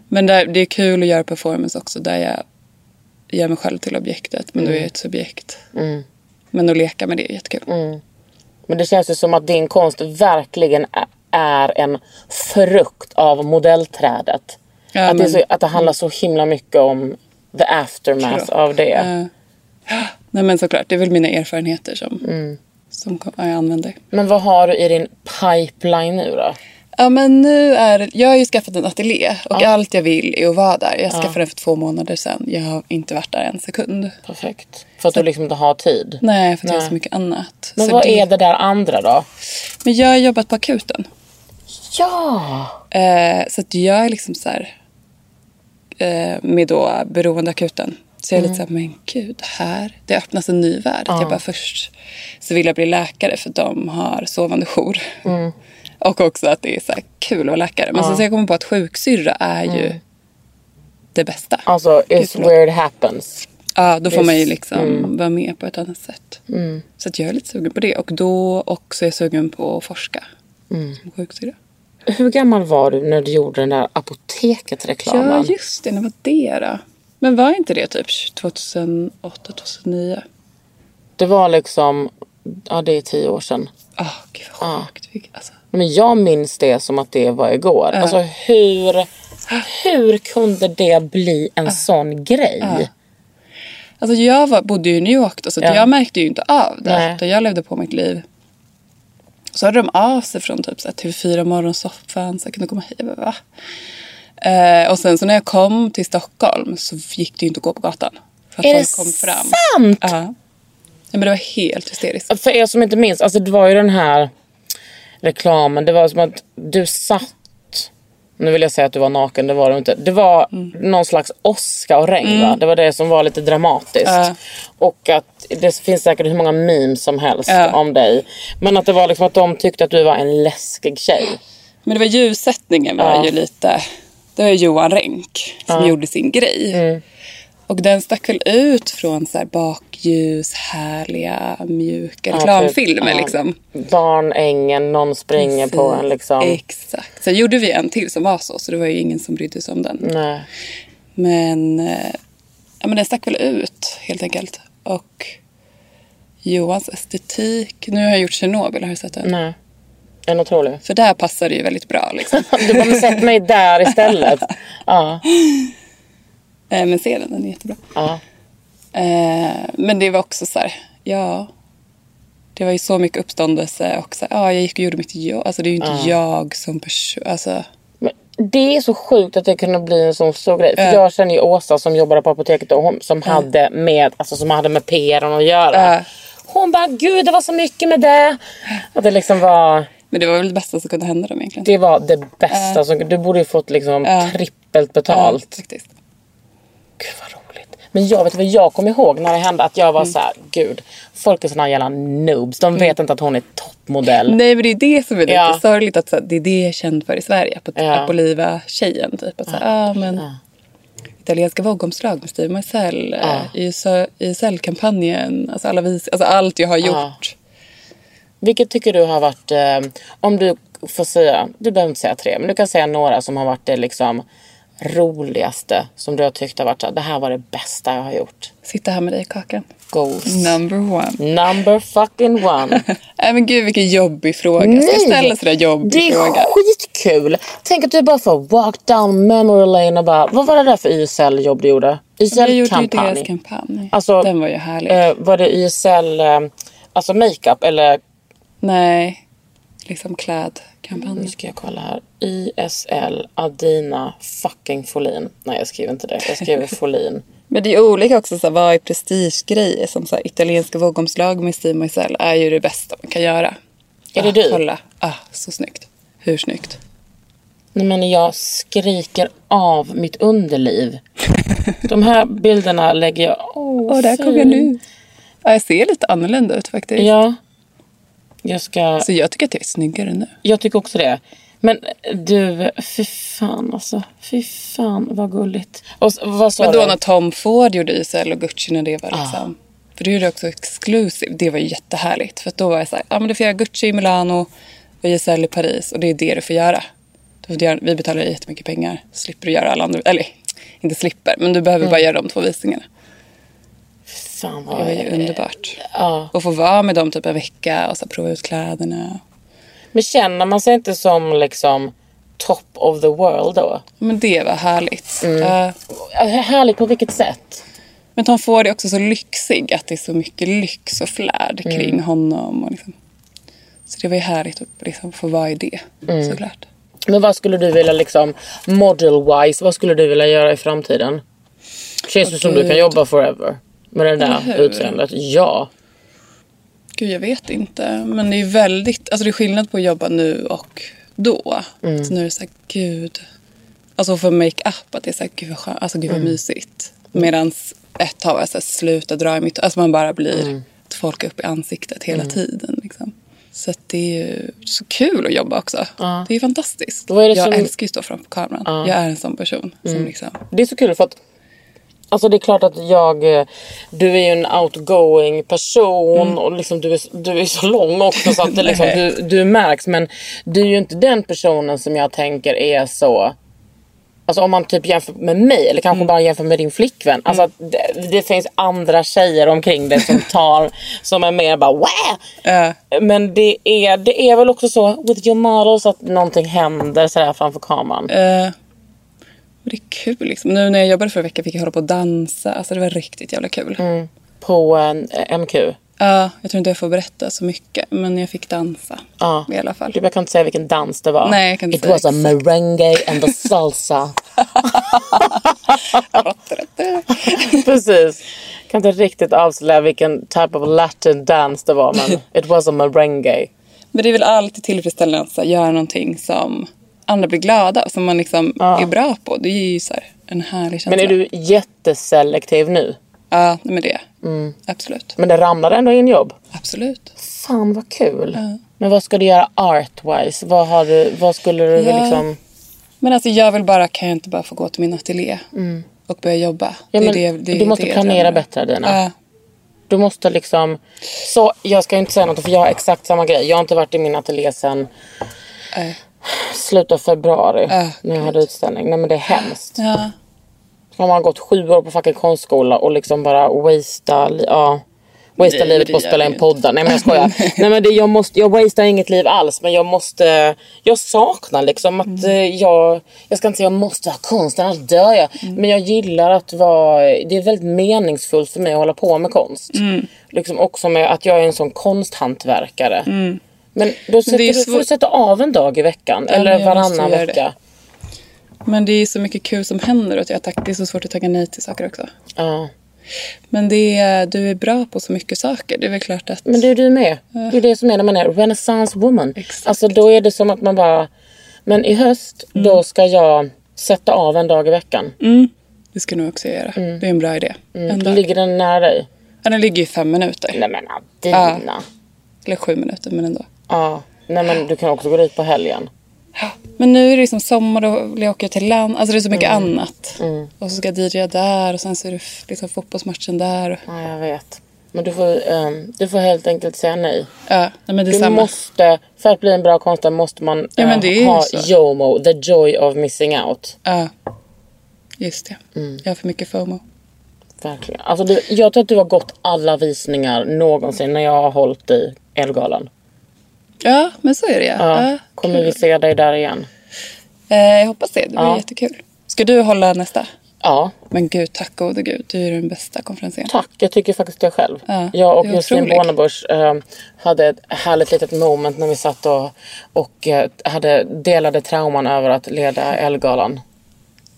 Speaker 3: Men där, det är kul att göra performance också där jag gör mig själv till objektet. Men då är
Speaker 1: Mm.
Speaker 3: jag ett subjekt. Men att leka med det är jättekul.
Speaker 1: Men det känns ju som att din konst verkligen ä- är en frukt av modellträdet.
Speaker 3: Ja,
Speaker 1: att, det är
Speaker 3: men-
Speaker 1: så, att det handlar så himla mycket om the aftermath
Speaker 3: Kropp.
Speaker 1: av det.
Speaker 3: Eh, nej men såklart, det är väl mina erfarenheter som,
Speaker 1: Mm.
Speaker 3: som kom- jag använder.
Speaker 1: Men vad har du i din pipeline nu då?
Speaker 3: Ja men nu är, jag har ju skaffat en ateljé och allt jag vill är att vara där. Jag skaffade den för två månader sedan. Jag har inte varit där en sekund.
Speaker 1: Perfekt. För att du liksom inte har tid.
Speaker 3: Nej, för att jag har
Speaker 1: Nej.
Speaker 3: så mycket annat.
Speaker 1: Men
Speaker 3: så
Speaker 1: vad är det där andra då?
Speaker 3: Men jag har jobbat på akuten.
Speaker 1: Ja!
Speaker 3: Eh, så att jag är liksom så här eh, med då beroendeakuten. Så jag är lite så här, men gud, här, det öppnas en ny värld. Att Jag bara först så vill jag bli läkare för de har sovande jour. Och också att det är så här kul att vara läkare. Men sen så jag kommer på att sjuksyrra är ju det bästa. Ja,
Speaker 1: Alltså, it's
Speaker 3: förlåt.
Speaker 1: where it happens.
Speaker 3: då får man ju liksom vara med på ett annat sätt. Så att jag är lite sugen på det. Och då också är jag sugen på att forska som sjuksyrra.
Speaker 1: Hur gammal var du när du gjorde den där
Speaker 3: Ja,
Speaker 1: apoteket-reklamen?
Speaker 3: just det. När var det då? Men var inte det typ 2008, 2009?
Speaker 1: Det var liksom, ja det är tio år sedan.
Speaker 3: Ah, gud vad sjukt. Vilk- Alltså,
Speaker 1: Men jag minns det som att det var igår. Alltså hur, hur kunde det bli en
Speaker 3: Ah.
Speaker 1: sån grej?
Speaker 3: alltså jag var, bodde ju i New York då, så att
Speaker 1: Ja.
Speaker 3: jag märkte ju inte av
Speaker 1: Nej.
Speaker 3: det. Utan jag levde på mitt liv. Så hörde de av sig från typ så här, TV4 morgonsoffan så jag kunde komma hit. Jag bara, va? Eh, och sen så när jag kom till Stockholm så gick det ju inte att gå på gatan. För att
Speaker 1: Är
Speaker 3: folk
Speaker 1: det
Speaker 3: kom fram.
Speaker 1: Sant!
Speaker 3: Ja. ja. Men det var helt hysteriskt.
Speaker 1: För er som inte minns, alltså det var ju den här reklamen. Det var som att du satt nu vill jag säga att du var naken, det var du inte. Det var någon slags åska och regn va? Det var det som var lite dramatiskt.
Speaker 3: Mm. Ja.
Speaker 1: Och att det finns säkert hur många memes som helst
Speaker 3: Ja.
Speaker 1: om dig. Men att det var liksom att de tyckte att du var en läskig tjej.
Speaker 3: Men det var ljussättningen var ju lite... Det var Johan Renck som gjorde sin grej.
Speaker 1: Mm.
Speaker 3: Och den stack väl ut från så här bakljus, härliga, mjuka reklamfilmer.
Speaker 1: Ja, typ, ja.
Speaker 3: liksom.
Speaker 1: Barnängen, någon springer på en liksom.
Speaker 3: Exakt. Sen gjorde vi en till som var så, så det var ju ingen som brydde sig om den.
Speaker 1: Nej.
Speaker 3: Men, eh, ja, men den stack väl ut helt enkelt. Och Johans estetik. Nu har jag gjort Tjernobyl, har du sett den?
Speaker 1: Nej. En otrolig.
Speaker 3: För där passar det ju väldigt bra. Liksom.
Speaker 1: Du bara, men sätt mig där istället. Ja.
Speaker 3: Eh, men se den, den är jättebra.
Speaker 1: ja.
Speaker 3: Eh, men det var också så här, ja. Det var ju så mycket uppståndelse och så här, ja, jag gick och gjorde mitt jobb. Alltså det är ju inte jag som person. Alltså,
Speaker 1: Men det är så sjukt att det kunde bli en sån stor grej. För jag känner ju Åsa som jobbade på apoteket och hon, som, hade med, alltså, som hade med PR att göra.
Speaker 3: Ja.
Speaker 1: Hon bara, gud det var så mycket med det. Att det liksom var,
Speaker 3: men det var väl det bästa som kunde hända dem egentligen.
Speaker 1: det var det bästa. som- du borde ju fått liksom trippelt betalt.
Speaker 3: Ja, faktiskt.
Speaker 1: Gud vad roligt. Men jag vet vad jag kommer ihåg när det hände att jag var
Speaker 3: Mm.
Speaker 1: så här, gud, folk är såna jävla noobs. De vet inte att hon är toppmodell.
Speaker 3: Nej, men det är det som är lite
Speaker 1: typ. Ja.
Speaker 3: sorgligt. Att, så här, det är det jag är känd för i Sverige. Att
Speaker 1: Ja.
Speaker 3: Apoliva-tjejen typ. Att, så här, ja. men, Italienska vågomslag med Steve eh, Marcel. Ja. ISL-kampanjen. Alltså, alla vis, alltså allt jag har gjort.
Speaker 1: Vilket tycker du har varit, eh, om du får säga, du behöver inte säga tre, men du kan säga några som har varit det liksom roligaste som du har tyckt har varit så här, det här var det bästa jag har gjort.
Speaker 3: Sitta här med dig i kakan.
Speaker 1: Goals.
Speaker 3: Number one.
Speaker 1: Number fucking one.
Speaker 3: Nej men gud vilken jobbig fråga. Ska jag ställa sådär jobbig
Speaker 1: det är
Speaker 3: fråga?
Speaker 1: skitkul. Tänk att du bara får walk down memory lane och bara, vad var det där för YSL-jobb du gjorde?
Speaker 3: Jag gjorde ju deras
Speaker 1: YSL-kampanj.
Speaker 3: kampanj.
Speaker 1: Alltså,
Speaker 3: Den var ju härlig.
Speaker 1: Eh, var det YSL, eh, alltså makeup eller,
Speaker 3: Nej, liksom klädkampanj.
Speaker 1: nu ska jag kolla här, ISL Adina fucking Folin. Nej jag skriver inte det, jag skriver Folin.
Speaker 3: Men det är olika också, så här, vad är prestigegrejer? Som så här, italienska vågomslag med Steve Marcel är ju det bästa man kan göra.
Speaker 1: Är det du?
Speaker 3: Kolla. Ah, så snyggt. Hur snyggt?
Speaker 1: Nej men jag skriker av mitt underliv. De här bilderna lägger jag... Åh,
Speaker 3: Åh, där kom jag nu. Ja, jag ser lite annorlunda ut faktiskt.
Speaker 1: Ja. Jag ska...
Speaker 3: Så jag tycker att jag är snyggare nu.
Speaker 1: Jag tycker också det. Men du, fy fan alltså. Fy fan vad gulligt. Och s- vad sa
Speaker 3: Men då
Speaker 1: du?
Speaker 3: när Tom Ford gjorde YSL och Gucci när det var liksom. För då gjorde jag också exclusive. Det var ju jättehärligt. För att då var jag så här, ja ah, men du får göra Gucci i Milano och YSL i Paris. Och det är det du får göra. Du får göra vi betalar dig jättemycket pengar. Slipper du göra alla andra, eller inte slipper, men du behöver bara göra de två visningarna.
Speaker 1: Fan
Speaker 3: Det
Speaker 1: vad...
Speaker 3: var ju underbart.
Speaker 1: Ja.
Speaker 3: Och få vara med dem typ en vecka och så här, prova ut kläderna.
Speaker 1: Men känner man sig inte som liksom top of the world då?
Speaker 3: Men det var härligt. Eh,
Speaker 1: Alltså, Härligt på vilket sätt?
Speaker 3: men att han får det också så lyxig, att det är så mycket lyx och flärd kring honom. Och liksom. Så det var ju härligt att liksom få vara i det, såklart.
Speaker 1: Men vad skulle du vilja liksom model-wise, vad skulle du vilja göra i framtiden? Känns det som du kan
Speaker 3: gud.
Speaker 1: jobba forever? Med det
Speaker 3: Eller
Speaker 1: där
Speaker 3: hur?
Speaker 1: utseendet? Ja.
Speaker 3: Gud, jag vet inte. Men det är väldigt... Alltså det är skillnad på att jobba nu och då.
Speaker 1: Mm.
Speaker 3: Så nu är det så här, gud... Alltså för make-up, att det är så här, gud vad skönt. Alltså gud vad
Speaker 1: Mm.
Speaker 3: mysigt. Medan ett tag var jag så här, sluta dra i mitt... Alltså man bara blir...
Speaker 1: Mm.
Speaker 3: Att folk är upp i ansiktet hela tiden liksom. Så att det är ju så kul att jobba också. Det är fantastiskt.
Speaker 1: Vad är det
Speaker 3: jag
Speaker 1: som- Mm.
Speaker 3: älskar ju att stå framför kameran. Jag är en sån person. Som liksom,
Speaker 1: Det är så kul för att Alltså det är klart att jag, eh, du är ju en outgoing person och liksom du, är, du är så lång också så att det liksom, du, du märks. Men du är ju inte den personen som jag tänker är så... Alltså om man typ jämför med mig eller kanske bara jämför med din flickvän. Alltså att det, det finns andra tjejer omkring dig som tar, som är mer bara wow!
Speaker 3: eh,
Speaker 1: Men det är, det är väl också så with your models att någonting händer sådär framför kameran.
Speaker 3: Eh, men det är kul liksom. Nu när jag jobbade förra veckan fick jag hålla på och dansa. Alltså det var riktigt jävla kul.
Speaker 1: Mm. På eh, MQ.
Speaker 3: Ja, jag tror inte jag får berätta så mycket, men jag fick dansa
Speaker 1: Ja.
Speaker 3: i alla fall.
Speaker 1: Typ, jag kan inte säga vilken dans det var.
Speaker 3: Nej, jag kan inte
Speaker 1: It
Speaker 3: säga
Speaker 1: was a
Speaker 3: exakt.
Speaker 1: merengue and a salsa. Precis. Jag kan inte riktigt avslöja vilken type of latin dance det var men it was a merengue.
Speaker 3: Men det är väl alltid tillfredsställande att så här, göra någonting som andra blir glada och som man liksom är bra på. Det ger ju så här, en härlig känsla.
Speaker 1: Men är du jätteselektiv nu?
Speaker 3: Ja, nej, men det är jag.
Speaker 1: Mm.
Speaker 3: Absolut.
Speaker 1: Men det ramlar ändå in jobb.
Speaker 3: Absolut.
Speaker 1: Fan vad kul. Men vad ska du göra artwise? Vad, har du, vad skulle du
Speaker 3: Ja.
Speaker 1: liksom...
Speaker 3: Men alltså jag vill bara, kan jag inte bara få gå till min ateljé och börja jobba?
Speaker 1: Mm. Ja,
Speaker 3: Det är
Speaker 1: men
Speaker 3: det- det är
Speaker 1: du måste
Speaker 3: det jag
Speaker 1: planera
Speaker 3: drömmer.
Speaker 1: bättre Dina.
Speaker 3: Ja,
Speaker 1: Du måste liksom... Så, jag ska inte säga något för jag har exakt samma grej. Jag har inte varit i min ateljé sen
Speaker 3: Nej.
Speaker 1: slutet av februari
Speaker 3: Ah,
Speaker 1: när jag hade utställning. Nej men det är hemskt.
Speaker 3: ja.
Speaker 1: Om man har gått sju år på fucking konstskola och liksom bara wastea, li- ja, wastea
Speaker 3: Nej,
Speaker 1: livet
Speaker 3: det
Speaker 1: på att
Speaker 3: gör
Speaker 1: spela
Speaker 3: vi
Speaker 1: in
Speaker 3: inte.
Speaker 1: poddar. Nej men jag skojar. Nej, men det, jag, måste, jag wastear inget liv alls men jag måste, jag saknar liksom att
Speaker 3: Mm.
Speaker 1: eh, jag, jag ska inte säga jag måste ha konst annars dör jag.
Speaker 3: Mm.
Speaker 1: Men jag gillar att vara, det är väldigt meningsfullt för mig att hålla på med konst.
Speaker 3: Mm.
Speaker 1: Liksom också med att jag är en sån konsthantverkare. Men då sätter,
Speaker 3: Mm. det
Speaker 1: du,
Speaker 3: är
Speaker 1: får du
Speaker 3: svårt.
Speaker 1: sätta av en dag i veckan
Speaker 3: Ja, men
Speaker 1: eller
Speaker 3: jag måste
Speaker 1: varannan
Speaker 3: göra det.
Speaker 1: vecka.
Speaker 3: Men det är så mycket kul som händer och att jag, tack, det är så svårt att tacka nej till saker också.
Speaker 1: Ja.
Speaker 3: Men det är, du är bra på så mycket saker. Det är väl klart att...
Speaker 1: Men det är du med. Det är det som är när man är renaissance woman.
Speaker 3: Exakt. Mm.
Speaker 1: Alltså då är det som att man bara, men i höst då ska jag sätta av en dag i veckan.
Speaker 3: Det ska jag nog också göra.
Speaker 1: Mm.
Speaker 3: Det är en bra idé. En dag.
Speaker 1: Ligger den nära dig?
Speaker 3: Ja, den ligger i fem minuter.
Speaker 1: Nej men Adina.
Speaker 3: Eller sju minuter, men ändå.
Speaker 1: Ja. Nej men du kan också gå dit på helgen.
Speaker 3: Men nu är det liksom sommar och jag åker till land. Alltså det är så mycket
Speaker 1: Mm.
Speaker 3: annat. Och så ska jag DJa där och sen så är det f- liksom fotbollsmatchen där. Och,
Speaker 1: Ja jag vet. Men du får, ehm, du får helt enkelt säga nej.
Speaker 3: ja, nej, men det är
Speaker 1: Du
Speaker 3: samma.
Speaker 1: måste, för att bli en bra konstnär måste man
Speaker 3: Ja, men
Speaker 1: eh,
Speaker 3: det är ju
Speaker 1: ha
Speaker 3: så.
Speaker 1: JOMO, the joy of missing out.
Speaker 3: Ja. Just det.
Speaker 1: Mm.
Speaker 3: Jag har för mycket FOMO.
Speaker 1: Verkligen. Alltså, du, jag tror att du har gått alla visningar någonsin när jag har hållit i Elgalan.
Speaker 3: Ja, men så är det ja.
Speaker 1: Ja.
Speaker 3: ja.
Speaker 1: Kommer vi se dig där igen?
Speaker 3: Eh, jag hoppas det. Det blir
Speaker 1: Ja.
Speaker 3: jättekul. Ska du hålla nästa?
Speaker 1: Ja,
Speaker 3: Men gud, tack gode gud. Du är den bästa konferensen.
Speaker 1: tack. Jag tycker faktiskt det själv.
Speaker 3: Ja,
Speaker 1: jag och
Speaker 3: det är
Speaker 1: Josefin
Speaker 3: otroligt.
Speaker 1: Bornebusch eh, hade ett härligt litet moment när vi satt och, och eh, hade, delade trauman över att leda Elgalan.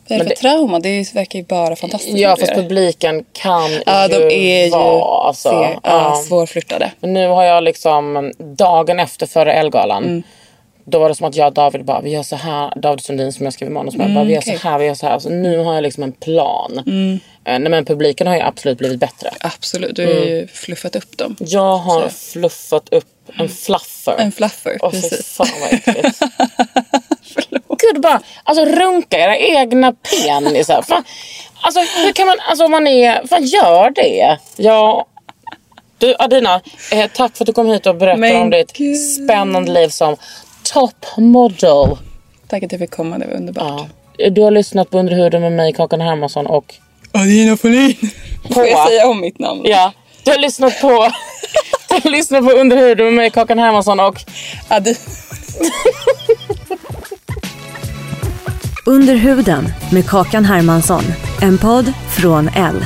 Speaker 3: Vad är det
Speaker 1: Men
Speaker 3: för trauma? Det är- verkar ju bara fantastiskt.
Speaker 1: Ja,
Speaker 3: att
Speaker 1: fast
Speaker 3: göra.
Speaker 1: publiken kan ju
Speaker 3: Ja, de är ju
Speaker 1: vara... Alltså,
Speaker 3: se, ja,
Speaker 1: ja.
Speaker 3: svårflörtade.
Speaker 1: Men nu har jag liksom dagen efter före Elgalan. Då var det som att jag och David bara, vi gör så här. David Sundin som jag skrev manus med. bara, vi gör
Speaker 3: okej.
Speaker 1: så här, vi gör så här. Så nu har jag liksom en plan. Eh, Nej, men publiken har ju absolut blivit bättre.
Speaker 3: Absolut, du har
Speaker 1: Mm.
Speaker 3: ju fluffat upp dem.
Speaker 1: Jag har
Speaker 3: Så.
Speaker 1: fluffat upp en fluffer.
Speaker 3: En fluffer,
Speaker 1: Åh, fy
Speaker 3: precis.
Speaker 1: fan vad äckligt. Gud bara, alltså runka era egna penisar. Fan, alltså hur kan man, alltså om man är, fan gör det. Ja. Du Adina, eh, tack för att du kom hit och berättade
Speaker 3: Men
Speaker 1: om ditt
Speaker 3: gud.
Speaker 1: spännande liv som topmodel.
Speaker 3: Tack att jag fick komma, det var underbart.
Speaker 1: Du har lyssnat på Under huden med mig, Kakan Hermansson och
Speaker 3: Adina Folin! Får jag säga om mitt namn?
Speaker 1: ja, du har lyssnat på Lyssna på Under huden med mig, Kakan Hermansson och
Speaker 3: Adi.
Speaker 4: Under huden med Kakan Hermansson. En podd från L.